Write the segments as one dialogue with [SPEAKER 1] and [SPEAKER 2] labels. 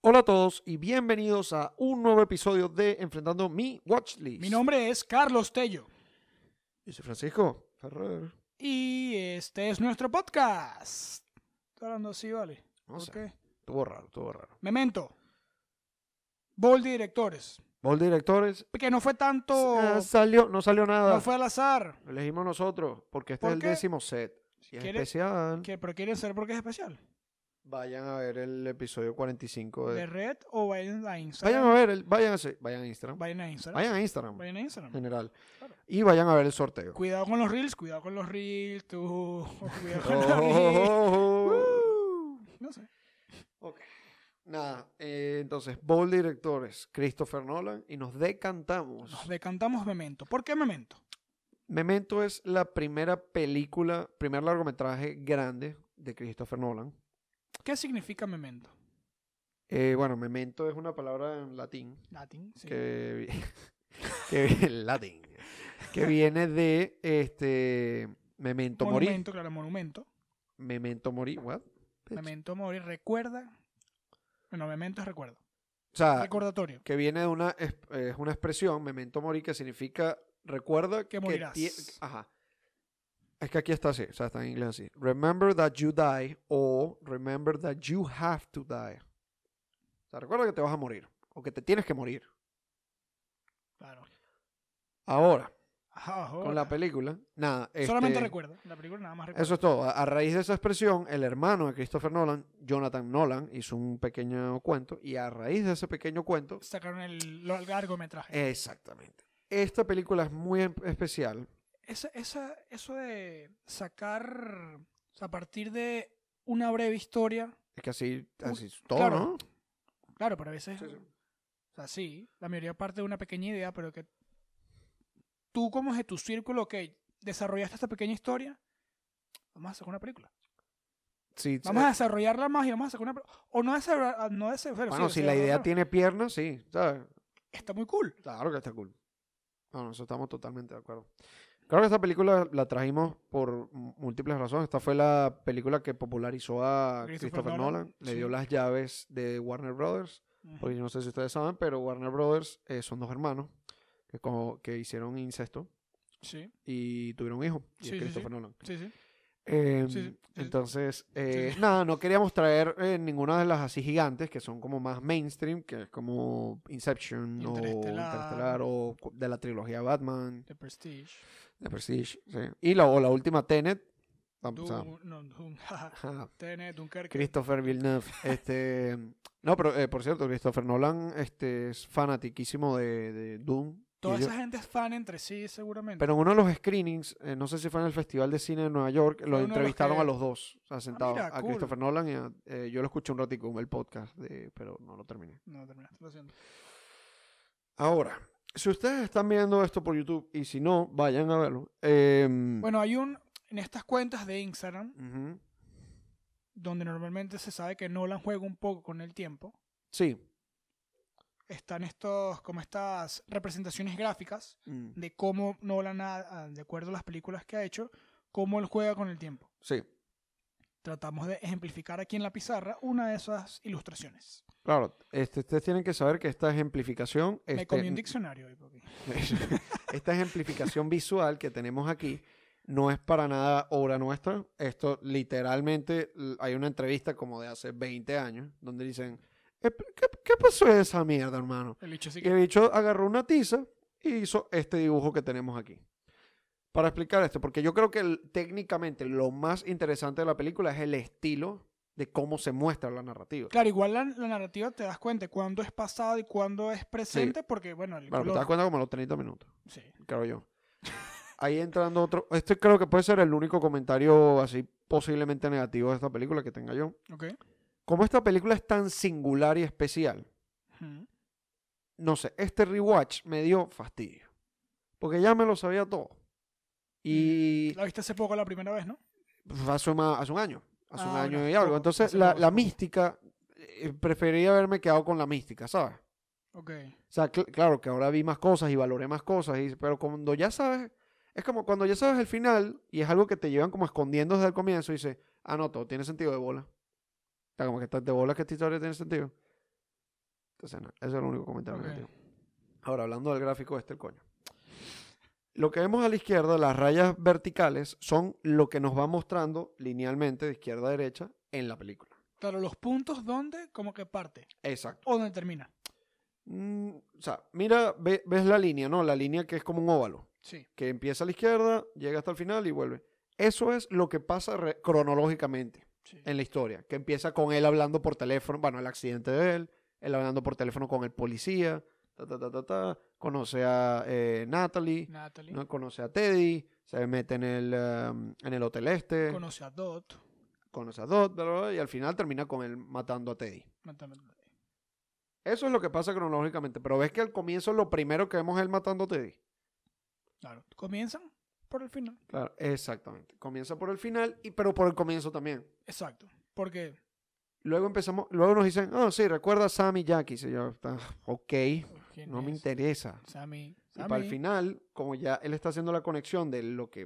[SPEAKER 1] Hola a todos y bienvenidos a un nuevo episodio de Enfrentando mi Watchlist.
[SPEAKER 2] Mi nombre es Carlos Tello
[SPEAKER 1] Yo soy Francisco Ferrer.
[SPEAKER 2] y este es nuestro podcast. Estoy hablando así, vale.
[SPEAKER 1] No sé,
[SPEAKER 2] ¿Por qué?
[SPEAKER 1] estuvo raro, estuvo raro.
[SPEAKER 2] Memento. Bol de directores.
[SPEAKER 1] Bol de directores.
[SPEAKER 2] Que no fue tanto.
[SPEAKER 1] Ah, salió, no salió nada.
[SPEAKER 2] No fue al azar.
[SPEAKER 1] Lo elegimos nosotros porque este
[SPEAKER 2] ¿Por
[SPEAKER 1] es el
[SPEAKER 2] qué?
[SPEAKER 1] décimo set. Y es
[SPEAKER 2] quiere-
[SPEAKER 1] especial.
[SPEAKER 2] Que, pero quieren saber por qué es especial.
[SPEAKER 1] Vayan a ver el episodio 45 de...
[SPEAKER 2] ¿De red o vayan a
[SPEAKER 1] Pues Vayan
[SPEAKER 2] Instagram?
[SPEAKER 1] a ver, el... vayan, a... sí, vayan a Instagram.
[SPEAKER 2] Vayan a Instagram.
[SPEAKER 1] Vayan a Instagram
[SPEAKER 2] Vayan a Instagram.
[SPEAKER 1] general.
[SPEAKER 2] Claro.
[SPEAKER 1] Y vayan a ver el sorteo.
[SPEAKER 2] Cuidado con los reels, cuidado con los reels, tú. Cuidado con los
[SPEAKER 1] Oh.
[SPEAKER 2] reels.
[SPEAKER 1] Ojo.
[SPEAKER 2] No sé.
[SPEAKER 1] Ok. Nada, eh, entonces, Bowl Directores, Christopher Nolan, y nos decantamos.
[SPEAKER 2] Nos decantamos Memento. ¿Por qué Memento?
[SPEAKER 1] Memento es la primera película, primer largometraje grande de Christopher Nolan.
[SPEAKER 2] ¿Qué significa Memento?
[SPEAKER 1] Eh, bueno, memento es una palabra en latín
[SPEAKER 2] Latín, sí.
[SPEAKER 1] que, vi- que vi- latín, que viene de este memento mori.
[SPEAKER 2] Monumento, claro, monumento.
[SPEAKER 1] Memento mori, what? bitch?
[SPEAKER 2] Memento mori, recuerda. Bueno, memento es recuerdo.
[SPEAKER 1] O sea,
[SPEAKER 2] Recordatorio.
[SPEAKER 1] que viene de una es es una expresión memento mori que significa recuerda que,
[SPEAKER 2] morirás.
[SPEAKER 1] tie- ajá. Es que aquí está así, o sea, está en inglés así. Remember that you die o remember that you have to die. O sea, recuerda que te vas a morir o que te tienes que morir.
[SPEAKER 2] Claro.
[SPEAKER 1] Ahora,
[SPEAKER 2] Ajá,
[SPEAKER 1] con la
[SPEAKER 2] ahora.
[SPEAKER 1] película, nada,
[SPEAKER 2] Solamente
[SPEAKER 1] este,
[SPEAKER 2] recuerda. La película nada más recuerda.
[SPEAKER 1] Eso es todo. A, a raíz de esa expresión, el hermano de Christopher Nolan, Jonathan Nolan, hizo un pequeño cuento y a raíz de ese pequeño cuento
[SPEAKER 2] Sacaron el, lo- el
[SPEAKER 1] Eh.
[SPEAKER 2] largometraje.
[SPEAKER 1] Exactamente. Esta película es muy em- especial.
[SPEAKER 2] Esa- esa- eso de sacar o sea, a partir de una breve historia.
[SPEAKER 1] Es que así,
[SPEAKER 2] Uy,
[SPEAKER 1] así es todo,
[SPEAKER 2] claro.
[SPEAKER 1] ¿no?
[SPEAKER 2] Claro, pero a veces.
[SPEAKER 1] Sí, sí.
[SPEAKER 2] O sea, sí, la mayoría parte de una pequeña idea, pero que tú como es de tu círculo que desarrollaste esta pequeña historia, vamos a sacar una película.
[SPEAKER 1] Sí,
[SPEAKER 2] Vamos a
[SPEAKER 1] eh,
[SPEAKER 2] desarrollarla más y vamos a sacar una pe- O no desarrollar, no desarrollar-
[SPEAKER 1] bueno, si
[SPEAKER 2] sí,
[SPEAKER 1] la idea
[SPEAKER 2] desarrollarla.
[SPEAKER 1] tiene piernas, sí, ¿sabes?
[SPEAKER 2] Está muy cool.
[SPEAKER 1] Claro que está cool. No, no, eso estamos totalmente de acuerdo. Claro que esta película la trajimos por m- múltiples razones. Esta fue la película que popularizó a
[SPEAKER 2] Christopher
[SPEAKER 1] Christopher Nolan.
[SPEAKER 2] Nolan,
[SPEAKER 1] Le
[SPEAKER 2] sí.
[SPEAKER 1] dio las llaves de Warner Brothers. Porque yo no sé si ustedes saben, pero Warner Brothers eh, son dos hermanos que, como, que hicieron incesto
[SPEAKER 2] Sí,
[SPEAKER 1] y tuvieron un hijo. Y es
[SPEAKER 2] Sí, sí, sí.
[SPEAKER 1] Christopher Nolan.
[SPEAKER 2] sí, sí.
[SPEAKER 1] Em,
[SPEAKER 2] Sí, sí, sí, sí.
[SPEAKER 1] Entonces, eh,
[SPEAKER 2] sí.
[SPEAKER 1] nada, no queríamos traer eh, ninguna de las así gigantes que son como más mainstream, que es como Inception o
[SPEAKER 2] Interestelar.
[SPEAKER 1] Interestelar o cu- de la trilogía Batman,
[SPEAKER 2] The Prestige.
[SPEAKER 1] de Prestige, sí. y la, o la última Tenet, tam- o sea,
[SPEAKER 2] Dun, no, Dun- jaja.
[SPEAKER 1] ajá,
[SPEAKER 2] Tenet, Dunkerque.
[SPEAKER 1] Christopher Villeneuve, este, no, pero eh, por cierto, Christopher Nolan este, es fanatiquísimo de, de Doom. y
[SPEAKER 2] Toda
[SPEAKER 1] yo-
[SPEAKER 2] esa gente es fan entre sí, seguramente.
[SPEAKER 1] pero en uno de los screenings, eh, no sé si fue en el Festival de Cine de Nueva York,
[SPEAKER 2] uno
[SPEAKER 1] lo
[SPEAKER 2] de los
[SPEAKER 1] entrevistaron
[SPEAKER 2] que-
[SPEAKER 1] a los dos, o sea, sentados,
[SPEAKER 2] Ah, mira,
[SPEAKER 1] a
[SPEAKER 2] cool.
[SPEAKER 1] Christopher Nolan y a- eh, yo lo escuché un ratico en el podcast, de- pero no lo terminé.
[SPEAKER 2] No, terminaste, lo siento.
[SPEAKER 1] Ahora, si ustedes están viendo esto por YouTube y si no, vayan a verlo. em,
[SPEAKER 2] Bueno, hay un. En estas cuentas de Instagram,
[SPEAKER 1] ujú,
[SPEAKER 2] donde normalmente se sabe que Nolan juega un poco con el tiempo,
[SPEAKER 1] Sí.
[SPEAKER 2] están estos, como estas representaciones gráficas
[SPEAKER 1] mm,
[SPEAKER 2] de cómo Nolan, ha- ha- de acuerdo a las películas que ha hecho, cómo él juega con el tiempo.
[SPEAKER 1] Sí.
[SPEAKER 2] Tratamos de ejemplificar aquí en la pizarra una de esas ilustraciones.
[SPEAKER 1] Claro, este, ustedes tienen que saber que esta ejemplificación,
[SPEAKER 2] Me
[SPEAKER 1] este,
[SPEAKER 2] comí un diccionario hoy, porque-
[SPEAKER 1] esta ejemplificación visual que tenemos aquí no es para nada obra nuestra. Esto literalmente l- hay una entrevista como de hace 20 años donde dicen, "Eh, p- ¿qué, qué pasó de esa mierda, hermano?
[SPEAKER 2] El bicho sí
[SPEAKER 1] Y
[SPEAKER 2] que-
[SPEAKER 1] el bicho agarró una tiza y hizo este dibujo que tenemos aquí. Para explicar esto, porque yo creo que el- técnicamente lo más interesante de la película es el estilo de cómo se muestra la narrativa.
[SPEAKER 2] Claro, igual la, la narrativa te das cuenta de cuándo es pasado y cuándo es presente, porque bueno, el
[SPEAKER 1] Bueno, pero te das
[SPEAKER 2] color.
[SPEAKER 1] cuenta como a los 30 minutos.
[SPEAKER 2] Sí.
[SPEAKER 1] creo yo. Ahí entrando otro. Este creo que puede ser el único comentario así posiblemente negativo de esta película que tenga yo.
[SPEAKER 2] Ok.
[SPEAKER 1] Como esta película es tan singular y especial,
[SPEAKER 2] Ujú.
[SPEAKER 1] no sé, este rewatch me dio fastidio. Porque ya me lo sabía todo. Y
[SPEAKER 2] La viste hace poco la primera vez, ¿no?
[SPEAKER 1] pf, hace, ma- hace un año. Hace
[SPEAKER 2] Ah,
[SPEAKER 1] un año
[SPEAKER 2] bueno,
[SPEAKER 1] y algo.
[SPEAKER 2] poco,
[SPEAKER 1] Entonces,
[SPEAKER 2] hace
[SPEAKER 1] la,
[SPEAKER 2] poco,
[SPEAKER 1] la
[SPEAKER 2] hace poco.
[SPEAKER 1] mística, eh, preferiría haberme quedado con la mística, ¿sabes?
[SPEAKER 2] Ok.
[SPEAKER 1] O sea, cl- claro que ahora vi más cosas y valoré más cosas, y- pero cuando ya sabes, es como cuando ya sabes el final y es algo que te llevan como escondiendo desde el comienzo y dices, ah, no, todo tiene sentido de bola. O sea, como que estás de bola que esta historia tiene sentido. Entonces, no, eso es el único comentario
[SPEAKER 2] Ok.
[SPEAKER 1] negativo. Ahora, hablando del gráfico este, el coño. Lo que vemos a la izquierda, las rayas verticales, son lo que nos va mostrando linealmente de izquierda a derecha en la película.
[SPEAKER 2] Claro, los puntos donde como que parte
[SPEAKER 1] Exacto.
[SPEAKER 2] o donde termina.
[SPEAKER 1] Mm, o sea, mira, ve- ves la línea, ¿no? La línea que es como un óvalo,
[SPEAKER 2] Sí.
[SPEAKER 1] que empieza a la izquierda, llega hasta el final y vuelve. Eso es lo que pasa re- cronológicamente
[SPEAKER 2] sí.
[SPEAKER 1] en la historia, que empieza con él hablando por teléfono, bueno, el accidente de él, él hablando por teléfono con el policía, ta, ta, ta, ta, ta, conoce a eh, Natalie,
[SPEAKER 2] Natalie
[SPEAKER 1] ¿no? conoce a Teddy, se mete en el, um, en el hotel este,
[SPEAKER 2] conoce a Dot.
[SPEAKER 1] conoce a Dot, bla, bla, bla, y al final termina con él matando a Teddy. Eso es lo que pasa cronológicamente, pero ves que al comienzo lo primero que vemos es él matando a Teddy.
[SPEAKER 2] Claro, comienzan por el final.
[SPEAKER 1] Claro, exactamente. Comienza por el final, y, pero por el comienzo también.
[SPEAKER 2] Exacto, porque
[SPEAKER 1] Luego empezamos, luego nos dicen, oh, sí, recuerda a Sam y Jackie. Y yo, "Ah, ok,
[SPEAKER 2] ¿quién
[SPEAKER 1] no me
[SPEAKER 2] es?
[SPEAKER 1] interesa.
[SPEAKER 2] Sammy,
[SPEAKER 1] Y para el
[SPEAKER 2] Sammy.
[SPEAKER 1] final, como ya él está haciendo la conexión de lo que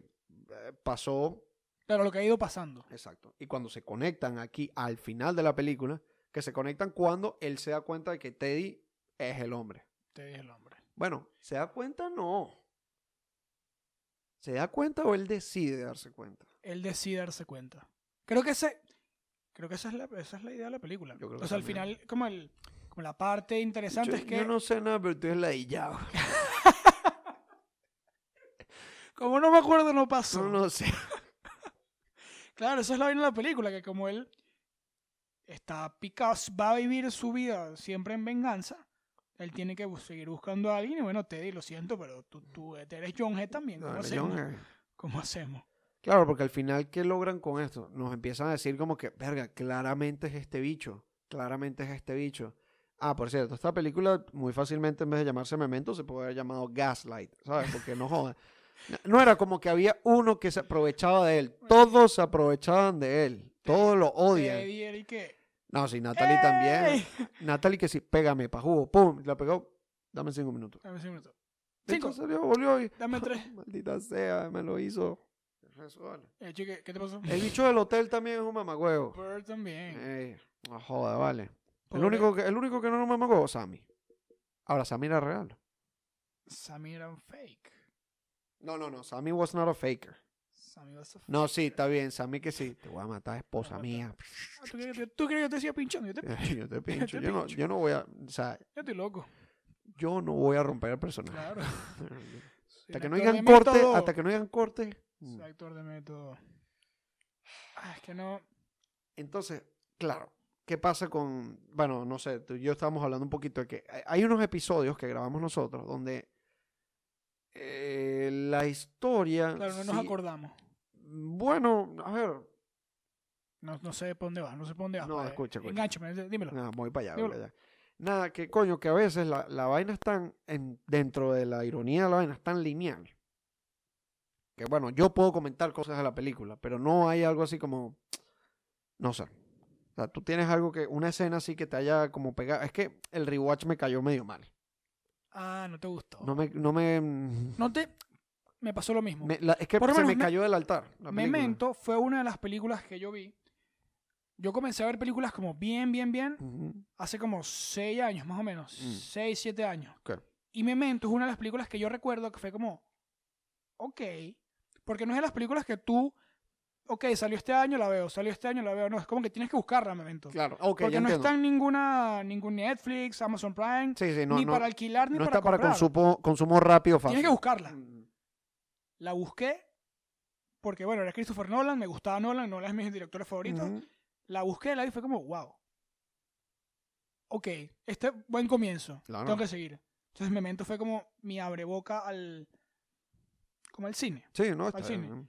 [SPEAKER 1] eh, pasó,
[SPEAKER 2] Claro, lo que ha ido pasando.
[SPEAKER 1] exacto. Y cuando se conectan aquí al final de la película, que se conectan cuando él se da cuenta de que Teddy es el hombre.
[SPEAKER 2] Te dije el hombre.
[SPEAKER 1] Bueno, ¿se da cuenta? No. ¿Se da cuenta o él decide darse cuenta?
[SPEAKER 2] Él decide darse cuenta. Creo que ese, creo que esa es la, esa es la idea de la película.
[SPEAKER 1] Yo creo
[SPEAKER 2] o
[SPEAKER 1] que
[SPEAKER 2] sea, al
[SPEAKER 1] también.
[SPEAKER 2] final, como el, como la parte interesante
[SPEAKER 1] yo,
[SPEAKER 2] es que
[SPEAKER 1] yo no sé nada, pero tú eres ladillado.
[SPEAKER 2] como no me acuerdo no pasó.
[SPEAKER 1] No, no sé.
[SPEAKER 2] Claro, esa es la vaina de la película, que como él está picado, va a vivir su vida siempre en venganza, él tiene que bus- seguir buscando a alguien y bueno, Teddy, lo siento, pero tú, tú eres John G también, ¿cómo
[SPEAKER 1] Dale,
[SPEAKER 2] hacemos?
[SPEAKER 1] John. eh.
[SPEAKER 2] ¿Cómo hacemos?
[SPEAKER 1] Claro, porque al final, ¿qué logran con esto? Nos empiezan a decir como que, verga, claramente es este bicho. Claramente es este bicho. Ah, por cierto, esta película muy fácilmente en vez de llamarse Memento se puede haber llamado Gaslight, ¿sabes? Porque no joda. No- No era como que había uno que se aprovechaba de él. Todos se aprovechaban de él. Todos lo odian.
[SPEAKER 2] Teddy era y que...
[SPEAKER 1] No, sí, Natalie también. Natalie que sí, pégame pa' jugo. Pum, la pegó. Dame cinco minutos.
[SPEAKER 2] Dame cinco minutos.
[SPEAKER 1] De
[SPEAKER 2] Cinco.
[SPEAKER 1] hecho, salió, volvió y...
[SPEAKER 2] Dame tres.
[SPEAKER 1] Maldita sea, me lo hizo.
[SPEAKER 2] Eh, chique, ¿qué te pasó?
[SPEAKER 1] El bicho del hotel también es un mamagüevo.
[SPEAKER 2] Bird también.
[SPEAKER 1] Ey, no joda, vale. El
[SPEAKER 2] Pobre
[SPEAKER 1] Eh, único, que, el único que no era un mamagüevo, Sammy. Ahora, Sammy era real.
[SPEAKER 2] Sammy era un fake.
[SPEAKER 1] No, no, no. Sammy was not a faker.
[SPEAKER 2] Sammy was a fake.
[SPEAKER 1] No, sí, está bien. Sammy que sí. Te voy a matar, esposa
[SPEAKER 2] Te voy a
[SPEAKER 1] mía.
[SPEAKER 2] Ah, ¿Tú crees que te- tú crees que yo te siga pinchando? Yo, te,
[SPEAKER 1] yo te pincho.
[SPEAKER 2] te
[SPEAKER 1] yo, no,
[SPEAKER 2] pincho.
[SPEAKER 1] yo no voy a... O sea,
[SPEAKER 2] yo estoy loco.
[SPEAKER 1] Ah. yo no voy a romper el personaje.
[SPEAKER 2] Claro. Soy
[SPEAKER 1] Hasta que
[SPEAKER 2] un
[SPEAKER 1] no
[SPEAKER 2] actor
[SPEAKER 1] digan
[SPEAKER 2] de
[SPEAKER 1] corte,
[SPEAKER 2] método.
[SPEAKER 1] hasta que no digan corte.
[SPEAKER 2] Soy actor de método. Ah, es que no.
[SPEAKER 1] Entonces, claro, ¿qué pasa con, bueno, no sé, tú y yo estábamos hablando un poquito de que hay- hay unos episodios que grabamos nosotros donde eh, la historia...
[SPEAKER 2] Claro, no nos
[SPEAKER 1] sí-
[SPEAKER 2] acordamos.
[SPEAKER 1] Bueno, a ver,
[SPEAKER 2] No, no sé por dónde vas, no sé por dónde vas.
[SPEAKER 1] No,
[SPEAKER 2] padre.
[SPEAKER 1] escucha, escucha.
[SPEAKER 2] Engánchame, d- dímelo.
[SPEAKER 1] nada, voy para allá. voy
[SPEAKER 2] Dímelo.
[SPEAKER 1] para allá. Nada, que coño, que a veces la, la vaina es tan, en- dentro de la ironía de la vaina, es tan lineal. Que bueno, yo puedo comentar cosas de la película, pero no hay algo así como, no sé. O sea, tú tienes algo que, una escena así que te haya como pegado. Es que el rewatch me cayó medio mal.
[SPEAKER 2] Ah, no te gustó.
[SPEAKER 1] No
[SPEAKER 2] No,
[SPEAKER 1] me, no me, mm,
[SPEAKER 2] te. Me pasó lo mismo.
[SPEAKER 1] me- la- es que
[SPEAKER 2] Por lo
[SPEAKER 1] se
[SPEAKER 2] menos
[SPEAKER 1] me
[SPEAKER 2] me-
[SPEAKER 1] cayó del altar. la película.
[SPEAKER 2] Memento fue una de las películas que yo vi. Yo comencé a ver películas como bien, bien, bien
[SPEAKER 1] Ujú.
[SPEAKER 2] hace como 6 años, más o menos.
[SPEAKER 1] Mm.
[SPEAKER 2] 6, 7 años.
[SPEAKER 1] Ok.
[SPEAKER 2] Y Memento es una de las películas que yo recuerdo que fue como, ok, porque no es de las películas que tú, ok, salió este año, la veo, salió este año, la veo. No, es como que tienes que buscarla, Memento.
[SPEAKER 1] Claro, ok, ya
[SPEAKER 2] porque no
[SPEAKER 1] entiendo.
[SPEAKER 2] está en ninguna, ningún Netflix, Amazon Prime,
[SPEAKER 1] Sí, sí, no,
[SPEAKER 2] ni
[SPEAKER 1] no-
[SPEAKER 2] para alquilar, ni
[SPEAKER 1] no
[SPEAKER 2] para
[SPEAKER 1] está para
[SPEAKER 2] comprar.
[SPEAKER 1] consumo, consumo rápido fácil.
[SPEAKER 2] Tienes que buscarla.
[SPEAKER 1] Mm.
[SPEAKER 2] La busqué porque, bueno, era Christopher Nolan, me gustaba Nolan, Nolan es mi director favorito.
[SPEAKER 1] Ujú.
[SPEAKER 2] La busqué, la vi, fue como, wow. Ok, este buen comienzo.
[SPEAKER 1] Claro.
[SPEAKER 2] Tengo que seguir. Entonces Memento fue como mi abreboca al. como al cine.
[SPEAKER 1] Sí, no, está
[SPEAKER 2] cine.
[SPEAKER 1] bien.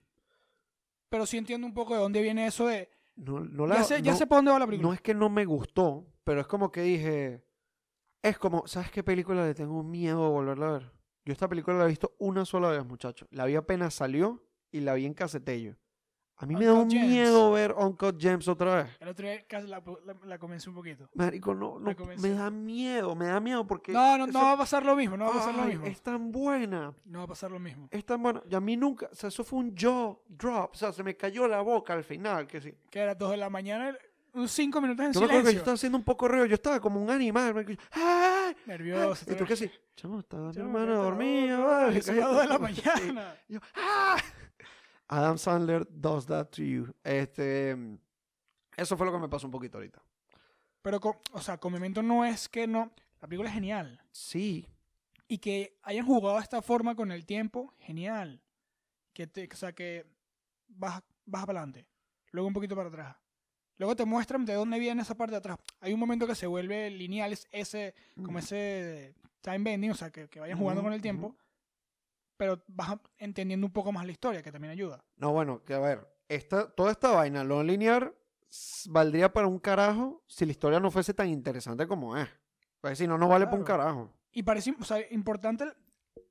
[SPEAKER 2] Pero sí entiendo un poco de dónde viene eso de.
[SPEAKER 1] No, no la-
[SPEAKER 2] Ya sé, ya
[SPEAKER 1] no-
[SPEAKER 2] sé por dónde va la
[SPEAKER 1] no
[SPEAKER 2] película.
[SPEAKER 1] es que no me gustó, pero es como que dije, es como, ¿sabes qué película le tengo miedo de volverla a ver? Yo esta película la he visto una sola vez, muchachos. La vi apenas salió y la vi en casetello. A mí me da
[SPEAKER 2] Uncut
[SPEAKER 1] un
[SPEAKER 2] Gems.
[SPEAKER 1] miedo ver Uncut James otra vez.
[SPEAKER 2] El otro día casi la, la, la comencé un poquito.
[SPEAKER 1] Marico, no, no,
[SPEAKER 2] Me convenció.
[SPEAKER 1] me da miedo, me da miedo porque...
[SPEAKER 2] No, no,
[SPEAKER 1] esa-
[SPEAKER 2] no va a pasar lo mismo, no va a pasar lo
[SPEAKER 1] Ay,
[SPEAKER 2] mismo.
[SPEAKER 1] Es tan buena,
[SPEAKER 2] No va a pasar lo mismo.
[SPEAKER 1] es tan buena. Y a mí nunca, o sea, eso fue un jaw drop, o sea, se me cayó la boca al final, que sí.
[SPEAKER 2] Que a las 2 de la mañana unos 5 minutos en
[SPEAKER 1] Yo me acuerdo que yo
[SPEAKER 2] silencio.
[SPEAKER 1] estaba haciendo un poco reo, yo estaba como un animal. marico, yo, ¡Ah!
[SPEAKER 2] Nervioso.
[SPEAKER 1] Y tú que sí, chamo, estaba mi hermana dormida,
[SPEAKER 2] dormida
[SPEAKER 1] vale,
[SPEAKER 2] Son las 2 de la
[SPEAKER 1] cállate, sí.
[SPEAKER 2] mañana.
[SPEAKER 1] Y yo, ¡ah! Adam Sandler does that to you. Este, eso fue lo que me pasó un poquito ahorita.
[SPEAKER 2] Pero, con- o sea, con Memento no es que no. La película es genial.
[SPEAKER 1] Sí,
[SPEAKER 2] Y que hayan jugado de esta forma con el tiempo, genial. Que te, o sea, que vas, vas para adelante. Luego un poquito para atrás. Luego te muestran de dónde viene esa parte de atrás. Hay un momento que se vuelve lineal, es ese, como ese time bending, o sea, que, que vayan jugando
[SPEAKER 1] Ujú,
[SPEAKER 2] con el tiempo. Pero vas entendiendo un poco más la historia, que también ayuda.
[SPEAKER 1] No, bueno, que a ver, esta, toda esta vaina, lo linear, s- valdría para un carajo si la historia no fuese tan interesante como es. Pues si no, no vale para un
[SPEAKER 2] Ah, Claro.
[SPEAKER 1] carajo.
[SPEAKER 2] Y parece, o sea, importante. el-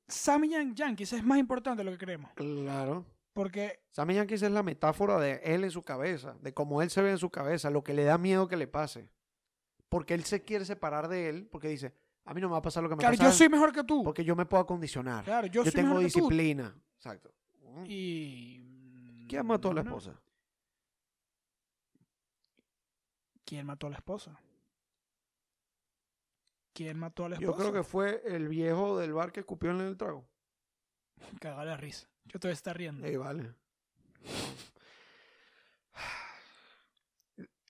[SPEAKER 2] Sammy Yan Yankees es más importante de lo que creemos.
[SPEAKER 1] Claro.
[SPEAKER 2] Porque
[SPEAKER 1] Sammy Yankees es la metáfora de él en su cabeza, de cómo él se ve en su cabeza, lo que le da miedo que le pase. Porque él se quiere separar de él, porque dice, a mí no me va a pasar lo que me
[SPEAKER 2] Claro,
[SPEAKER 1] pasa a
[SPEAKER 2] yo
[SPEAKER 1] él,
[SPEAKER 2] soy mejor que tú.
[SPEAKER 1] porque yo me puedo acondicionar.
[SPEAKER 2] Claro, yo,
[SPEAKER 1] yo
[SPEAKER 2] soy
[SPEAKER 1] tengo
[SPEAKER 2] mejor que
[SPEAKER 1] disciplina. Exacto.
[SPEAKER 2] tú. Y.
[SPEAKER 1] ¿Quién mató a la
[SPEAKER 2] no,
[SPEAKER 1] esposa?
[SPEAKER 2] ¿Quién mató a la esposa? ¿Quién mató a la esposa?
[SPEAKER 1] Yo creo que fue el viejo del bar que escupió en el trago.
[SPEAKER 2] Cagá la risa. Yo todavía está riendo.
[SPEAKER 1] Ey, vale.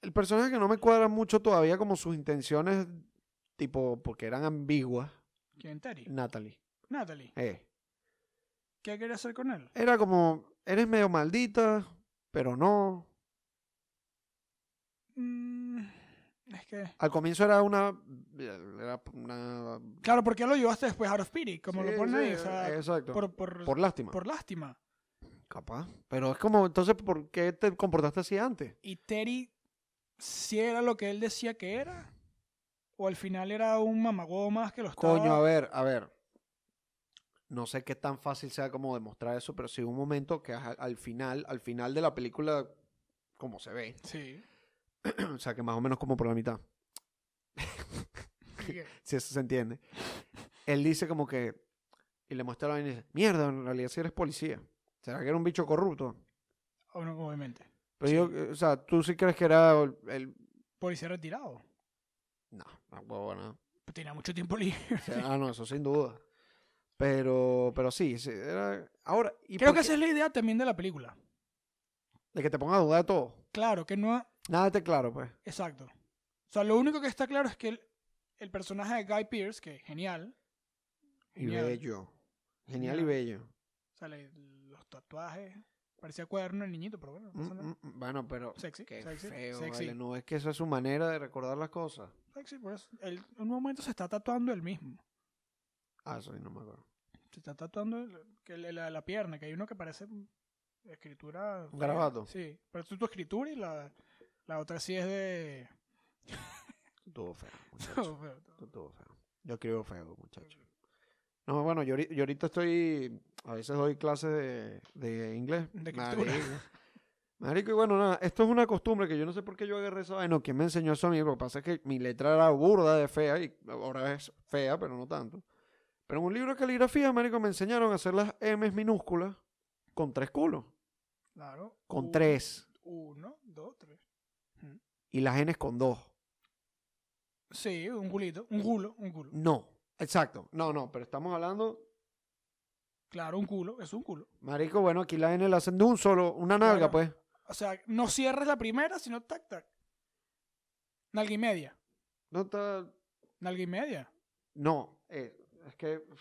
[SPEAKER 1] El personaje que no me cuadra mucho todavía como sus intenciones, tipo, porque eran ambiguas,
[SPEAKER 2] ¿Quién Terry?
[SPEAKER 1] Natalie.
[SPEAKER 2] Natalie.
[SPEAKER 1] Eh,
[SPEAKER 2] ¿Qué quería hacer con él?
[SPEAKER 1] era como, eres medio maldita, pero no.
[SPEAKER 2] Mm, es que.
[SPEAKER 1] Al comienzo era una... eh, Era una
[SPEAKER 2] Claro, porque lo llevaste después out of pity, como
[SPEAKER 1] Sí,
[SPEAKER 2] lo ponen ahí.
[SPEAKER 1] sí,
[SPEAKER 2] O sea,
[SPEAKER 1] exacto. Por,
[SPEAKER 2] por, por,
[SPEAKER 1] lástima.
[SPEAKER 2] por lástima.
[SPEAKER 1] Capaz. Pero es como, entonces, ¿por qué te comportaste así antes?
[SPEAKER 2] ¿Y Terry si era lo que él decía que era? ¿O al final era un mamagomas que los
[SPEAKER 1] Coño, a ver, a ver. No sé qué tan fácil sea como demostrar eso, pero sí hubo un momento que a- al final, al final de la película, como se ve,
[SPEAKER 2] Sí.
[SPEAKER 1] o sea que más o menos como por la mitad,
[SPEAKER 2] Dije,
[SPEAKER 1] si eso se entiende, él dice como que, y le muestra la vaina y dice, mierda, en realidad si eres policía, ¿será que era un bicho corrupto?
[SPEAKER 2] o no, obviamente.
[SPEAKER 1] Pero yo, eh, o sea, tú sí crees que era el... el-
[SPEAKER 2] Policía retirado.
[SPEAKER 1] No, no, huevo, no.
[SPEAKER 2] Pues Tenía mucho tiempo libre.
[SPEAKER 1] O sea, ah, no, eso sin duda. Pero, pero sí, sí, era... Ahora, ¿y
[SPEAKER 2] Creo
[SPEAKER 1] por
[SPEAKER 2] que
[SPEAKER 1] qué?
[SPEAKER 2] esa es la idea también de la película.
[SPEAKER 1] De que te ponga a dudar de todo.
[SPEAKER 2] Claro, que no.
[SPEAKER 1] Nada te claro, pues.
[SPEAKER 2] Exacto. O sea, lo único que está claro es que el, el personaje de Guy Pierce, que genial.
[SPEAKER 1] Y
[SPEAKER 2] Genial.
[SPEAKER 1] bello. Genial y
[SPEAKER 2] Genial.
[SPEAKER 1] bello.
[SPEAKER 2] O sea, le- los tatuajes. Parecía cuaderno el niñito, pero bueno. no pasa
[SPEAKER 1] Mm,
[SPEAKER 2] nada.
[SPEAKER 1] mm, mm. Bueno, pero.
[SPEAKER 2] Sexy,
[SPEAKER 1] Qué
[SPEAKER 2] sexy,
[SPEAKER 1] feo,
[SPEAKER 2] sexy.
[SPEAKER 1] vale. No es que esa es su manera de recordar las cosas.
[SPEAKER 2] Sexy, por eso. Él en un momento se está tatuando él mismo.
[SPEAKER 1] Ah, eso sí, no me acuerdo.
[SPEAKER 2] Se está tatuando el- que le- la, la pierna, que hay uno que parece escritura.
[SPEAKER 1] Un garabato.
[SPEAKER 2] Sí, pero es tu escritura y la, la otra sí es de.
[SPEAKER 1] Estuvo feo, muchacho. Estuvo feo. Yo escribo feo, muchacho.
[SPEAKER 2] Ujú.
[SPEAKER 1] No, bueno, yo, ahori- yo ahorita estoy. A veces doy clases de, de inglés.
[SPEAKER 2] De
[SPEAKER 1] Marico.
[SPEAKER 2] escritura.
[SPEAKER 1] Marico, y bueno, nada, esto es una costumbre que yo no sé por qué yo agarré esa vaina, o quién me enseñó eso a mí, lo que pasa es que mi letra era burda de fea, y ahora es fea, pero no tanto. Pero en un libro de caligrafía, marico, me enseñaron a hacer las M minúsculas con tres culos,
[SPEAKER 2] Claro.
[SPEAKER 1] con
[SPEAKER 2] u-
[SPEAKER 1] tres,
[SPEAKER 2] Uno, dos, tres.
[SPEAKER 1] y las Ns con dos.
[SPEAKER 2] Sí, un culito, un culo, un culo.
[SPEAKER 1] No, exacto, no, no, pero estamos hablando,
[SPEAKER 2] Claro, un culo, es un culo.
[SPEAKER 1] marico, bueno, aquí la N la hacen de un solo, una nalga,
[SPEAKER 2] Claro.
[SPEAKER 1] pues.
[SPEAKER 2] O sea, no cierres la primera, sino tac, tac. Nalga y media.
[SPEAKER 1] No está,
[SPEAKER 2] Nalga y media.
[SPEAKER 1] no, eh, es que uf,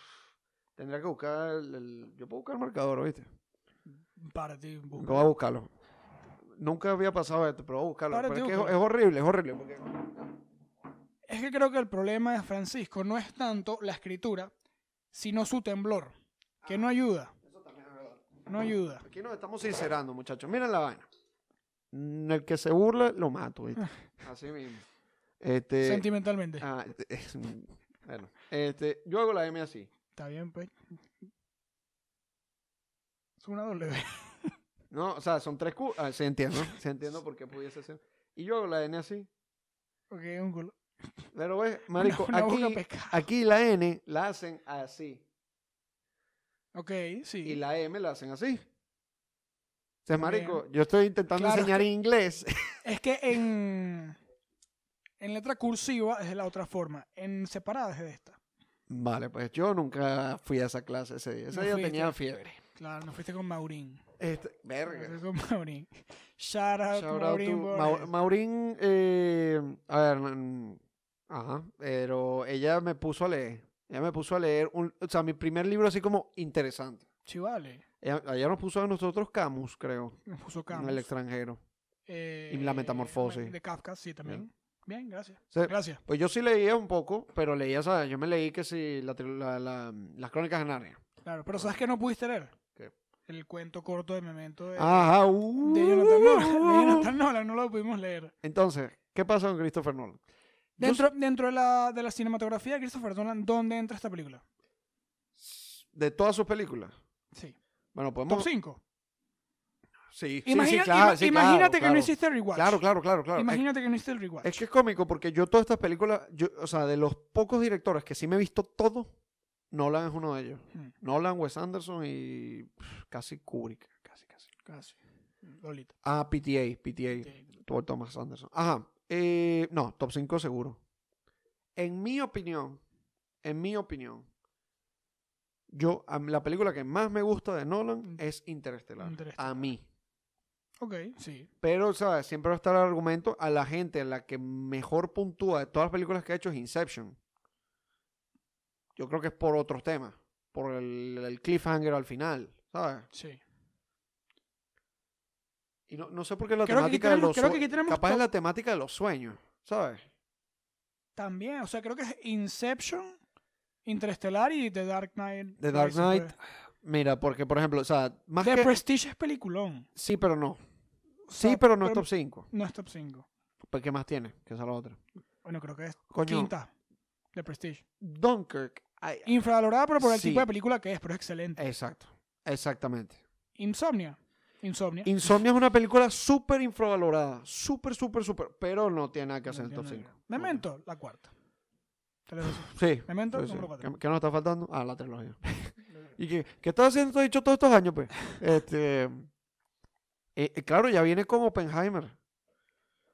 [SPEAKER 1] tendría que buscar, el- el- yo puedo buscar el marcador, ¿viste?
[SPEAKER 2] Para ti,
[SPEAKER 1] Yo voy a buscarlo. Nunca había pasado esto, pero voy a buscarlo.
[SPEAKER 2] Ahora
[SPEAKER 1] Pero
[SPEAKER 2] te
[SPEAKER 1] es, que es,
[SPEAKER 2] busco.
[SPEAKER 1] es horrible, es horrible. porque-
[SPEAKER 2] Es que creo que el problema de Francisco no es tanto la escritura, sino su temblor, que no ayuda, no ayuda.
[SPEAKER 1] Aquí nos estamos sincerando, muchachos. Miren la vaina. Mm, El que se burla, lo mato. ¿viste? Así mismo. Este,
[SPEAKER 2] Sentimentalmente.
[SPEAKER 1] ah, este, es- bueno, este, yo hago la M así.
[SPEAKER 2] Está bien, pues. Es una W.
[SPEAKER 1] No, o sea, son tres Q. Ah, sí, entiendo. Se entiendo por qué pudiese ser. Y yo hago la N así.
[SPEAKER 2] Ok, un culo.
[SPEAKER 1] Pero ves, marico,
[SPEAKER 2] una, una boca
[SPEAKER 1] aquí,
[SPEAKER 2] pescada.
[SPEAKER 1] aquí la N la hacen así.
[SPEAKER 2] Ok, sí.
[SPEAKER 1] Y la M la hacen así. sea, marico, yo estoy intentando
[SPEAKER 2] Claro, es
[SPEAKER 1] enseñar
[SPEAKER 2] que-
[SPEAKER 1] inglés.
[SPEAKER 2] Es que en, en letra cursiva es de la otra forma, en separada es de esta.
[SPEAKER 1] vale, pues yo nunca fui a esa clase ese día. Ese
[SPEAKER 2] No
[SPEAKER 1] día
[SPEAKER 2] fuiste.
[SPEAKER 1] tenía fiebre.
[SPEAKER 2] Claro, no fuiste con Maurín.
[SPEAKER 1] Este,
[SPEAKER 2] No
[SPEAKER 1] verga.
[SPEAKER 2] fuiste con Maurín. Shout out,
[SPEAKER 1] Shout out
[SPEAKER 2] Maurín.
[SPEAKER 1] to
[SPEAKER 2] por
[SPEAKER 1] Mau-
[SPEAKER 2] eso.
[SPEAKER 1] Maurín, eh, a ver, mm, ajá, pero ella me puso a leer. Ella me puso a leer, un, o sea, mi primer libro así como interesante.
[SPEAKER 2] Sí, vale.
[SPEAKER 1] Ella, ella nos puso a nosotros Camus, creo,
[SPEAKER 2] Nos puso
[SPEAKER 1] en el
[SPEAKER 2] Camus.
[SPEAKER 1] extranjero.
[SPEAKER 2] Eh,
[SPEAKER 1] y La Metamorfosis.
[SPEAKER 2] De Kafka, sí, también. Bien, gracias.
[SPEAKER 1] O sea,
[SPEAKER 2] Gracias.
[SPEAKER 1] pues yo sí leía un poco, pero leía, ¿sabes? Yo me leí que sí, la tri- la- la- las crónicas de Narnia.
[SPEAKER 2] Claro, pero ¿sabes qué no pudiste leer?
[SPEAKER 1] ¿Qué?
[SPEAKER 2] El cuento corto de Memento de,
[SPEAKER 1] Ajá, uh,
[SPEAKER 2] Eh, de Jonathan Nolan. De Jonathan Nolan, no lo pudimos leer.
[SPEAKER 1] Entonces, ¿qué pasa con Christopher Nolan? Yo
[SPEAKER 2] Dentro, dentro de, la, de la cinematografía de Christopher Nolan, ¿dónde entra esta película?
[SPEAKER 1] s- de todas sus películas.
[SPEAKER 2] Pues Sí.
[SPEAKER 1] Bueno,
[SPEAKER 2] Top
[SPEAKER 1] podemos.
[SPEAKER 2] 5.
[SPEAKER 1] Sí, sí, sí,
[SPEAKER 2] Imagina-
[SPEAKER 1] claro,
[SPEAKER 2] ima-
[SPEAKER 1] sí, claro,
[SPEAKER 2] imagínate que
[SPEAKER 1] claro.
[SPEAKER 2] no hiciste el rewatch.
[SPEAKER 1] Claro, claro, claro, claro. Es-
[SPEAKER 2] Imagínate que no hiciste el rewatch.
[SPEAKER 1] Es que es cómico porque yo todas estas películas, yo, o sea, de los pocos directores que sí me he visto todo, Nolan es uno de ellos.
[SPEAKER 2] Mm,
[SPEAKER 1] Nolan, Wes Anderson y pff, casi Kubrick, casi, casi.
[SPEAKER 2] casi. Lolita.
[SPEAKER 1] Ah, PTA, PTA,
[SPEAKER 2] Sí.
[SPEAKER 1] Paul Thomas Anderson. Ajá, eh, no, top 5 seguro. En mi opinión, en mi opinión, yo, a mí la película que más me gusta de Nolan
[SPEAKER 2] Mm.
[SPEAKER 1] es Interestelar.
[SPEAKER 2] Interestelar.
[SPEAKER 1] A mí.
[SPEAKER 2] Ok, sí.
[SPEAKER 1] Pero, ¿sabes? Siempre va a estar el argumento a la gente, a la que mejor puntúa de todas las películas que ha hecho es Inception. Yo creo que es por otros temas, por el, el cliffhanger al final, ¿sabes?
[SPEAKER 2] Sí.
[SPEAKER 1] Y no, no sé por qué la
[SPEAKER 2] Creo que aquí
[SPEAKER 1] temática
[SPEAKER 2] tenemos-
[SPEAKER 1] de
[SPEAKER 2] creo
[SPEAKER 1] los
[SPEAKER 2] que aquí
[SPEAKER 1] sueños.
[SPEAKER 2] tenemos
[SPEAKER 1] Capaz
[SPEAKER 2] to-
[SPEAKER 1] es la temática de los sueños, ¿sabes?
[SPEAKER 2] También, o sea, creo que es Inception, Interestelar y The Dark Knight.
[SPEAKER 1] The Dark
[SPEAKER 2] Rises, pues.
[SPEAKER 1] Knight. Mira, porque, por ejemplo, o sea, más
[SPEAKER 2] The
[SPEAKER 1] que.
[SPEAKER 2] Prestige es peliculón.
[SPEAKER 1] Sí, pero no.
[SPEAKER 2] O
[SPEAKER 1] Sí,
[SPEAKER 2] sea,
[SPEAKER 1] pero no es top 5.
[SPEAKER 2] No es top 5.
[SPEAKER 1] Pues, ¿qué más tiene? Que esa es la otra.
[SPEAKER 2] Bueno, creo que es
[SPEAKER 1] Coño.
[SPEAKER 2] quinta. The Prestige.
[SPEAKER 1] Dunkirk. ay,
[SPEAKER 2] Infravalorada, pero por el
[SPEAKER 1] Sí. Eh.
[SPEAKER 2] tipo de película que es, pero es excelente.
[SPEAKER 1] exacto. Exactamente.
[SPEAKER 2] Insomnia. Insomnia.
[SPEAKER 1] Insomnia es una película súper infravalorada. Súper, súper, súper. Pero no tiene nada que hacer en top 5.
[SPEAKER 2] Memento, la cuarta. Te lo digo.
[SPEAKER 1] Sí.
[SPEAKER 2] Memento,
[SPEAKER 1] sí, sí.
[SPEAKER 2] número
[SPEAKER 1] ¿Qué,
[SPEAKER 2] 4.
[SPEAKER 1] qué nos está faltando? Ah, la trilogía. ¿Y qué, qué estás haciendo? Te he dicho todos estos años, pues. Este. eh, eh, claro, ya viene con Oppenheimer.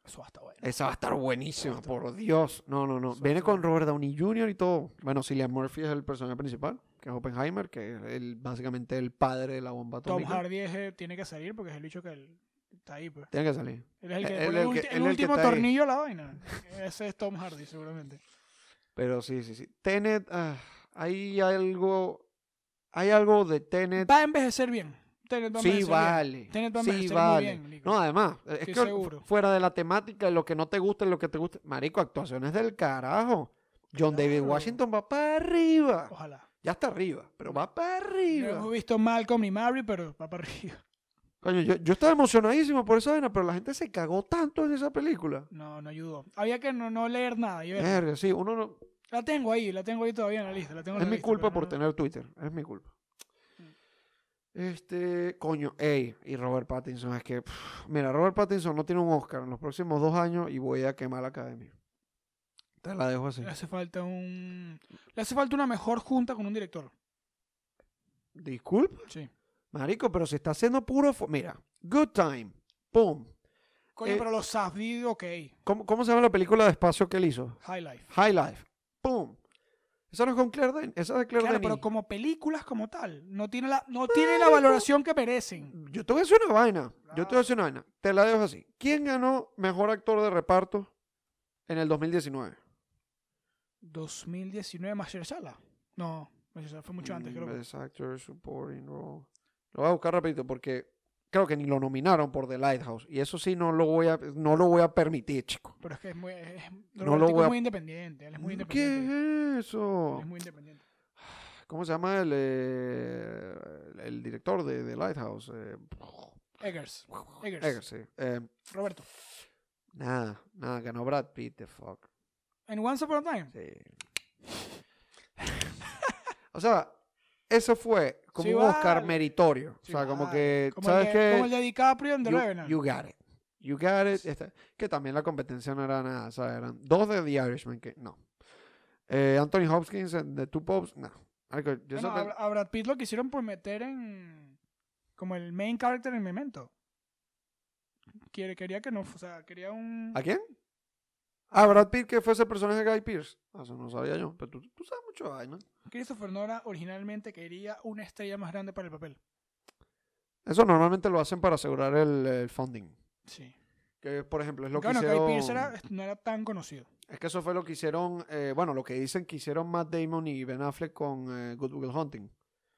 [SPEAKER 2] Eso va a estar bueno.
[SPEAKER 1] Esa va a estar buenísima, por Dios. No, no, no.
[SPEAKER 2] Eso
[SPEAKER 1] Viene
[SPEAKER 2] está
[SPEAKER 1] con Robert Downey Jr. y todo. Bueno, Cillian Murphy es el personaje principal, que es Oppenheimer, que es el- básicamente el padre de la bomba
[SPEAKER 2] Tom
[SPEAKER 1] atómica.
[SPEAKER 2] Hardy es, eh, tiene que salir porque es el bicho que él- está ahí, pues.
[SPEAKER 1] Tiene que salir.
[SPEAKER 2] Él es el que
[SPEAKER 1] Eh, Él-
[SPEAKER 2] pone el,
[SPEAKER 1] el que- él
[SPEAKER 2] ulti- el
[SPEAKER 1] es el que
[SPEAKER 2] último
[SPEAKER 1] está ahí.
[SPEAKER 2] tornillo a la vaina. Ese es Tom Hardy, seguramente.
[SPEAKER 1] Pero sí, sí, sí. Tenet, ah, hay algo. Hay algo de Tenet.
[SPEAKER 2] Va a envejecer bien. Tenet va a
[SPEAKER 1] Sí,
[SPEAKER 2] envejecer bien.
[SPEAKER 1] vale.
[SPEAKER 2] Tenet va a
[SPEAKER 1] Sí,
[SPEAKER 2] envejecer muy
[SPEAKER 1] vale.
[SPEAKER 2] bien, Nico.
[SPEAKER 1] No, además, es
[SPEAKER 2] Estoy
[SPEAKER 1] que fu-
[SPEAKER 2] seguro.
[SPEAKER 1] fuera de la temática, lo que no te gusta y lo que te gusta. Marico, actuaciones del carajo. John David
[SPEAKER 2] Claro.
[SPEAKER 1] Washington va para arriba.
[SPEAKER 2] Ojalá.
[SPEAKER 1] Ya está arriba, pero va para
[SPEAKER 2] No
[SPEAKER 1] arriba.
[SPEAKER 2] hemos visto Malcolm ni Mary, pero va para arriba.
[SPEAKER 1] Coño, yo, yo estaba emocionadísimo por esa vaina, pero la gente se cagó tanto en esa película.
[SPEAKER 2] No, no ayudó. Había que no, no leer nada. y ver.
[SPEAKER 1] Verga, sí, uno no-
[SPEAKER 2] La tengo ahí, la tengo ahí todavía en la lista. La tengo en
[SPEAKER 1] Es
[SPEAKER 2] la
[SPEAKER 1] mi
[SPEAKER 2] lista,
[SPEAKER 1] culpa
[SPEAKER 2] pero
[SPEAKER 1] por
[SPEAKER 2] no- Mm.
[SPEAKER 1] tener Twitter, es mi culpa. Este, coño, ey, y Robert Pattinson, es que, pff, mira, Robert Pattinson no tiene un Oscar en los próximos dos años y voy a quemar la academia. Te la dejo así.
[SPEAKER 2] Le hace falta un. Le hace falta una mejor junta con un director.
[SPEAKER 1] Disculpa,
[SPEAKER 2] Sí.
[SPEAKER 1] marico, pero se está haciendo puro... fo- Mira, Good Time, pum.
[SPEAKER 2] Coño,
[SPEAKER 1] Eh,
[SPEAKER 2] pero los Safdie, ok.
[SPEAKER 1] ¿Cómo, ¿Cómo se llama la película de espacio que él hizo?
[SPEAKER 2] High Life.
[SPEAKER 1] High Life, pum. Esa no es con Claire Danes, esa es de Claire
[SPEAKER 2] Claro,
[SPEAKER 1] Denis.
[SPEAKER 2] pero como películas como tal, no tiene la, no tiene la valoración que merecen.
[SPEAKER 1] Yo te voy a decir una vaina. Yo te voy
[SPEAKER 2] Claro.
[SPEAKER 1] a decir una vaina. Te la dejo así. ¿Quién ganó mejor actor de reparto en el 2019?
[SPEAKER 2] 2019 Mahershala. No, Mahershala fue mucho antes, creo. que-
[SPEAKER 1] Best actor supporting role. Lo voy a buscar rapidito porque creo que ni lo nominaron por The Lighthouse. Y eso sí no lo voy a, no lo voy a permitir, chico.
[SPEAKER 2] Pero es que es muy. Es,
[SPEAKER 1] No
[SPEAKER 2] Robertico
[SPEAKER 1] lo voy
[SPEAKER 2] es
[SPEAKER 1] a-
[SPEAKER 2] muy independiente. Él es muy independiente.
[SPEAKER 1] ¿Qué es
[SPEAKER 2] Él
[SPEAKER 1] eso?
[SPEAKER 2] es muy independiente.
[SPEAKER 1] ¿Cómo se llama el, eh, el director de The Lighthouse? Eh,
[SPEAKER 2] Eggers. Eggers.
[SPEAKER 1] Eggers, sí. Eh,
[SPEAKER 2] Roberto.
[SPEAKER 1] nada, nada, ganó Brad Pitt, the fuck.
[SPEAKER 2] En Once Upon a Time.
[SPEAKER 1] Sí. o sea, eso fue como
[SPEAKER 2] Sí,
[SPEAKER 1] un Oscar
[SPEAKER 2] vale.
[SPEAKER 1] meritorio.
[SPEAKER 2] Sí,
[SPEAKER 1] o sea, como
[SPEAKER 2] vale.
[SPEAKER 1] que,
[SPEAKER 2] Como el
[SPEAKER 1] ¿sabes
[SPEAKER 2] de-
[SPEAKER 1] qué?
[SPEAKER 2] Como el de DiCaprio en The Revenant.
[SPEAKER 1] you, you got it. You got it. Esta- que también la competencia no era nada. O sea, eran dos de The Irishman que no. Eh, Anthony Hopkins en The Two Pops, no. Marico, yo
[SPEAKER 2] Bueno,
[SPEAKER 1] esa
[SPEAKER 2] a,
[SPEAKER 1] pel-
[SPEAKER 2] a Brad Pitt lo quisieron por meter en. Como el main character en Memento. Quiere, quería que no, o sea, quería un...
[SPEAKER 1] ¿A quién? A Brad Pitt, que fue ese personaje de Guy Pierce. Eso no sabía yo, pero tú, tú sabes mucho de vaina.
[SPEAKER 2] Christopher Nolan originalmente quería una estrella más grande para el papel.
[SPEAKER 1] Eso normalmente lo hacen para asegurar el, el funding.
[SPEAKER 2] Sí.
[SPEAKER 1] Que, por ejemplo, es lo
[SPEAKER 2] bueno,
[SPEAKER 1] que
[SPEAKER 2] Guy
[SPEAKER 1] hicieron...
[SPEAKER 2] Pearce era- no era tan conocido.
[SPEAKER 1] Es que eso fue lo que hicieron, eh, bueno, lo que dicen que hicieron Matt Damon y Ben Affleck con eh, Good Will Hunting.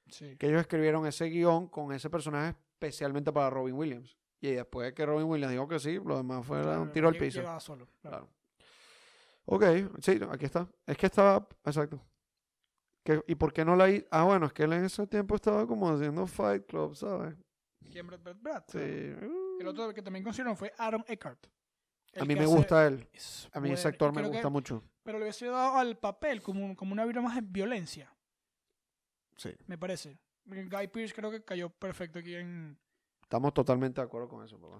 [SPEAKER 2] Sí.
[SPEAKER 1] Que ellos escribieron ese guión con ese personaje especialmente para Robin Williams. Y después de que Robin Williams dijo que sí, lo demás fue
[SPEAKER 2] Claro,
[SPEAKER 1] un tiro al
[SPEAKER 2] lle-
[SPEAKER 1] piso.
[SPEAKER 2] Llevaba solo. claro.
[SPEAKER 1] Claro. Ok, sí, aquí está. Es que estaba, exacto. Que- ¿Y por qué no la hizo? Ah, bueno, es que él en ese tiempo estaba como haciendo Fight Club, ¿sabes?
[SPEAKER 2] ¿Quién? Brad Pitt, Brad.
[SPEAKER 1] Sí.
[SPEAKER 2] El otro que también consideraron fue Aaron Eckhart.
[SPEAKER 1] A
[SPEAKER 2] El
[SPEAKER 1] mí
[SPEAKER 2] que
[SPEAKER 1] me
[SPEAKER 2] hace-
[SPEAKER 1] gusta él.
[SPEAKER 2] es
[SPEAKER 1] A mí ese
[SPEAKER 2] bueno,
[SPEAKER 1] actor me
[SPEAKER 2] creo que-
[SPEAKER 1] gusta mucho.
[SPEAKER 2] Pero le hubiese dado al papel como, un- como una vida más de violencia,
[SPEAKER 1] Sí.
[SPEAKER 2] me parece. Guy Pearce creo que cayó perfecto aquí en...
[SPEAKER 1] Estamos totalmente de acuerdo con eso, papá.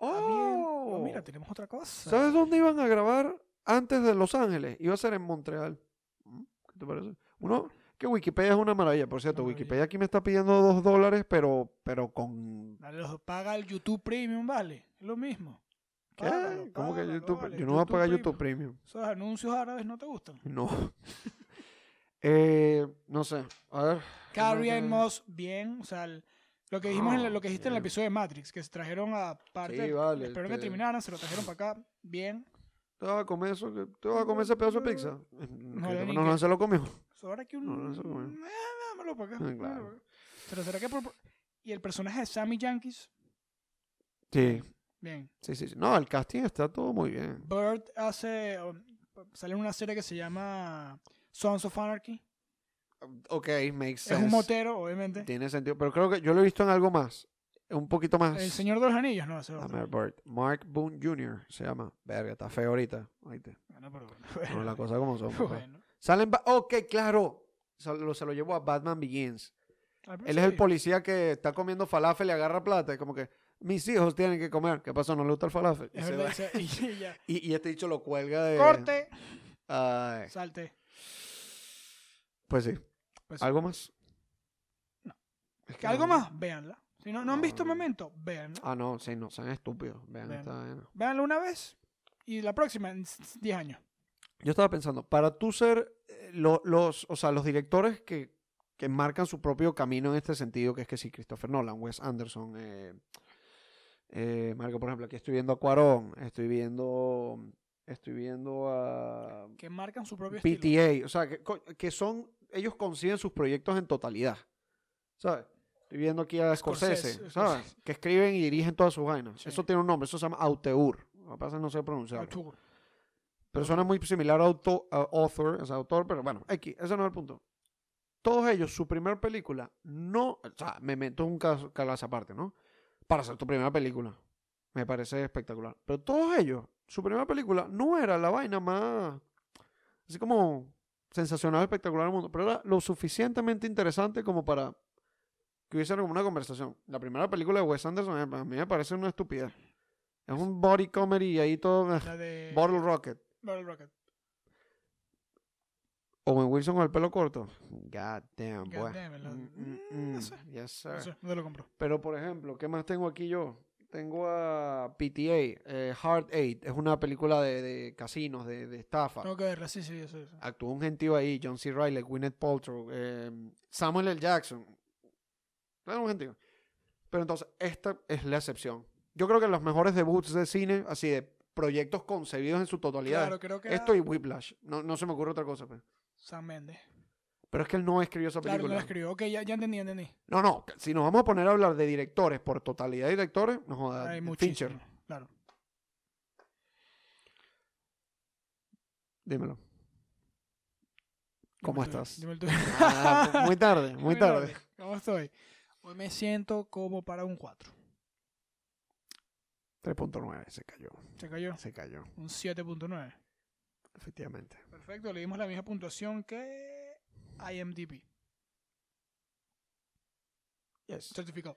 [SPEAKER 2] Ah, bien.
[SPEAKER 1] ¡Oh!
[SPEAKER 2] Oh, mira, tenemos otra cosa.
[SPEAKER 1] ¿Sabes dónde iban a grabar antes de Los Ángeles? Iba a ser en Montreal. ¿Mm? ¿Qué te parece? Uno, que Wikipedia es una maravilla, por cierto.
[SPEAKER 2] Una maravilla.
[SPEAKER 1] Wikipedia aquí me está pidiendo dos dólares, pero, pero con...
[SPEAKER 2] Dale, los- paga el YouTube Premium, vale. Es lo mismo.
[SPEAKER 1] ¿Qué?
[SPEAKER 2] Págalo,
[SPEAKER 1] ¿Cómo que
[SPEAKER 2] págalo,
[SPEAKER 1] YouTube?
[SPEAKER 2] vale,
[SPEAKER 1] Yo no voy a pagar YouTube Premium.
[SPEAKER 2] Esos anuncios árabes no te gustan.
[SPEAKER 1] No. Eh, no sé. A ver.
[SPEAKER 2] Carrie
[SPEAKER 1] que-
[SPEAKER 2] and Moss, bien. O sea, el- lo que dijimos en el- lo que dijiste en el
[SPEAKER 1] Bien.
[SPEAKER 2] episodio de Matrix, que se trajeron a parte.
[SPEAKER 1] Sí, vale,
[SPEAKER 2] espero
[SPEAKER 1] este-
[SPEAKER 2] que terminaran, se lo trajeron para acá. Bien.
[SPEAKER 1] ¿Te vas a comer eso? que- ¿Te vas a comer ese pedazo de pizza?
[SPEAKER 2] No,
[SPEAKER 1] Que-
[SPEAKER 2] ni
[SPEAKER 1] no, no,
[SPEAKER 2] que-
[SPEAKER 1] se lo comió.
[SPEAKER 2] So, ahora que un.
[SPEAKER 1] No, no, eso no.
[SPEAKER 2] Eh, dámelo para acá.
[SPEAKER 1] Ah,
[SPEAKER 2] dámelo
[SPEAKER 1] claro.
[SPEAKER 2] pa' acá. Pero será que. por- Y el personaje de Sammy Yankees,
[SPEAKER 1] Sí,
[SPEAKER 2] bien.
[SPEAKER 1] sí, sí. sí. No, el casting está todo muy bien.
[SPEAKER 2] Bird hace. um, Sale en una serie que se llama Sons of Anarchy.
[SPEAKER 1] Ok, makes
[SPEAKER 2] Es un motero, obviamente.
[SPEAKER 1] Tiene sentido. Pero creo que yo lo he visto en algo más. Un poquito más. Ah,
[SPEAKER 2] El Señor de los Anillos, no, ese es otro.
[SPEAKER 1] Dame el bird. Mark Boone Jr. se llama. Verga, está feo ahorita. Oíste.
[SPEAKER 2] Bueno, Ah, pero bueno.
[SPEAKER 1] No, la cosa como son. papá.
[SPEAKER 2] Bueno.
[SPEAKER 1] Salen. ba- Ok, claro. Se lo, se lo llevó a Batman Begins.
[SPEAKER 2] Ah, pero
[SPEAKER 1] Él es el
[SPEAKER 2] sí.
[SPEAKER 1] policía que está comiendo falafel y agarra plata. Es como que mis hijos tienen que comer. ¿Qué pasó? No le gusta el falafel. Y,
[SPEAKER 2] Es
[SPEAKER 1] se
[SPEAKER 2] verdad,
[SPEAKER 1] va.
[SPEAKER 2] o sea, y- y ya.
[SPEAKER 1] Y- y este dicho lo cuelga de.
[SPEAKER 2] Corte,
[SPEAKER 1] Ay,
[SPEAKER 2] salte.
[SPEAKER 1] pues sí.
[SPEAKER 2] Pues sí.
[SPEAKER 1] ¿Algo más?
[SPEAKER 2] No.
[SPEAKER 1] Es
[SPEAKER 2] Que
[SPEAKER 1] que
[SPEAKER 2] algo
[SPEAKER 1] no-
[SPEAKER 2] más, véanla. Si no, no han
[SPEAKER 1] No,
[SPEAKER 2] visto
[SPEAKER 1] no.
[SPEAKER 2] Memento, véanla.
[SPEAKER 1] Ah, no, sí, no, sean estúpidos. Vean
[SPEAKER 2] Vean.
[SPEAKER 1] esta vaina.
[SPEAKER 2] Véanla una vez y la próxima en s- s- 10 años.
[SPEAKER 1] Yo estaba pensando, para tú ser eh, lo- los, o sea, los directores que, que marcan su propio camino en este sentido, que es que sí, Christopher Nolan, Wes Anderson, eh, eh, Marco, por ejemplo, aquí estoy viendo a Cuarón, estoy viendo, estoy viendo a
[SPEAKER 2] Que marcan su propio estilo.
[SPEAKER 1] PTA, o sea, que, co- que son, ellos conciben sus proyectos en totalidad, ¿sabes? Estoy viendo aquí a Scorsese,
[SPEAKER 2] Scorsese,
[SPEAKER 1] ¿sabes?
[SPEAKER 2] Scorsese.
[SPEAKER 1] Que escriben y dirigen todas sus vainas.
[SPEAKER 2] Sí.
[SPEAKER 1] Eso tiene un nombre, eso se llama Auteur. Lo que pasa es que no sé pronunciarlo.
[SPEAKER 2] Autor.
[SPEAKER 1] Pero suena muy similar a, auto, a author, o sea, autor, pero bueno, X, ese no es el punto. Todos ellos, su primer película, no, o sea, me meto un caso, calaza aparte, ¿no? Para hacer tu primera película. Me parece espectacular. Pero todos ellos, su primera película no era la vaina más, así como sensacional, espectacular del mundo, pero era lo suficientemente interesante como para que hubiese como una conversación. La primera película de Wes Anderson eh, a mí me parece una estupidez. Es un body comedy y ahí todo... eh,
[SPEAKER 2] La de
[SPEAKER 1] Bottle Rocket.
[SPEAKER 2] Bottle Rocket.
[SPEAKER 1] Owen Wilson con el pelo corto. God damn,
[SPEAKER 2] God
[SPEAKER 1] boy.
[SPEAKER 2] damn it, la-
[SPEAKER 1] Mm, mm,
[SPEAKER 2] mm, no
[SPEAKER 1] mm.
[SPEAKER 2] sé.
[SPEAKER 1] Yes, sir.
[SPEAKER 2] No sé, ¿dónde lo compró?
[SPEAKER 1] Pero, por ejemplo, ¿qué más tengo aquí yo? Tengo a PTA, eh, Hard Eight. Es una película de, de casinos, de, de estafa.
[SPEAKER 2] Tengo que verla, sí, sí, eso, eso.
[SPEAKER 1] Actuó un gentío ahí, John C. Riley, Gwyneth Paltrow, eh, Samuel L. Jackson. Era un gentío. Pero entonces, esta es la excepción. Yo creo que los mejores debuts de cine, así de proyectos concebidos en su totalidad.
[SPEAKER 2] Claro, creo que era
[SPEAKER 1] Esto y Whiplash. No, no se me ocurre otra cosa. pues.
[SPEAKER 2] Sam Mendes.
[SPEAKER 1] Pero es que él no escribió esa
[SPEAKER 2] Claro,
[SPEAKER 1] película.
[SPEAKER 2] no la escribió. Ok, ya, ya entendí, ya entendí.
[SPEAKER 1] No, no, que si nos vamos a poner a hablar de directores por totalidad de directores, no jodas.
[SPEAKER 2] Hay
[SPEAKER 1] Ah, Fincher,
[SPEAKER 2] muchísimo. Claro.
[SPEAKER 1] dímelo. ¿Cómo
[SPEAKER 2] Dime el tuyo,
[SPEAKER 1] estás?
[SPEAKER 2] dime el tuyo.
[SPEAKER 1] Ah, muy tarde, muy tarde.
[SPEAKER 2] ¿Cómo estoy? Hoy me siento como para un 4.
[SPEAKER 1] 3.9, se cayó,
[SPEAKER 2] Se cayó.
[SPEAKER 1] se cayó,
[SPEAKER 2] Un 7.9.
[SPEAKER 1] efectivamente.
[SPEAKER 2] Perfecto, le dimos la misma puntuación que IMDb. Certificado.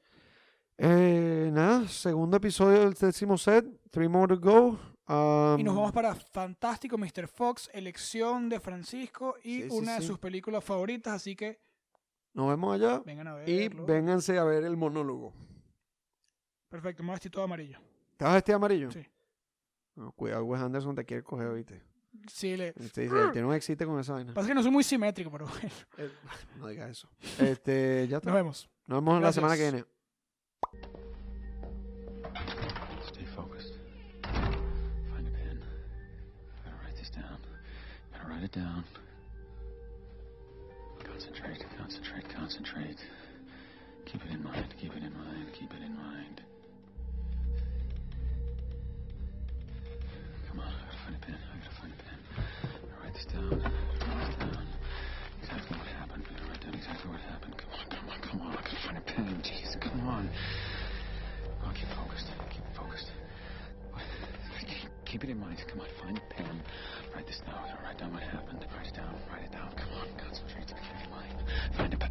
[SPEAKER 1] Eh, nada, segundo episodio del décimo set, three more to go.
[SPEAKER 2] Y nos
[SPEAKER 1] Um,
[SPEAKER 2] vamos para Fantástico Mr. Fox, Elección de Francisco y
[SPEAKER 1] Sí, sí,
[SPEAKER 2] una
[SPEAKER 1] sí.
[SPEAKER 2] de sus películas favoritas, así que
[SPEAKER 1] Nos vemos allá
[SPEAKER 2] vengan a verlo.
[SPEAKER 1] y vénganse a ver el monólogo.
[SPEAKER 2] Perfecto, me voy a vestir todo amarillo.
[SPEAKER 1] ¿Te vas a vestir amarillo?
[SPEAKER 2] Sí.
[SPEAKER 1] No, cuidado, Wes Anderson te quiere coger, ¿viste?
[SPEAKER 2] Sí, le...
[SPEAKER 1] Él te dice, él tiene un existe con esa vaina.
[SPEAKER 2] Pasa que no soy muy simétrico, pero bueno.
[SPEAKER 1] Eh, no digas eso. Este, ya está.
[SPEAKER 2] Nos vemos.
[SPEAKER 1] Nos vemos la
[SPEAKER 2] Gracias.
[SPEAKER 1] semana que viene.
[SPEAKER 3] Stay focused. Find a pen. Gotta write this down. Gotta write it down. Concentrate, concentrate, concentrate. Keep it in mind, keep it in mind, keep it in mind. Come on, I gotta find a pen, I gotta find a pen. Gotta write this down, write this down. Exactly what happened, gotta write down exactly what happened. Come on, come on, come on, I gotta find a pen, jeez, come on. Come on, keep focused. Keep focused. Keep, keep it in mind. Come on, find a pen. Write this down. Write down what happened. Write it down. Write it down. Come on, concentrate. Keep it in mind. Find a pen.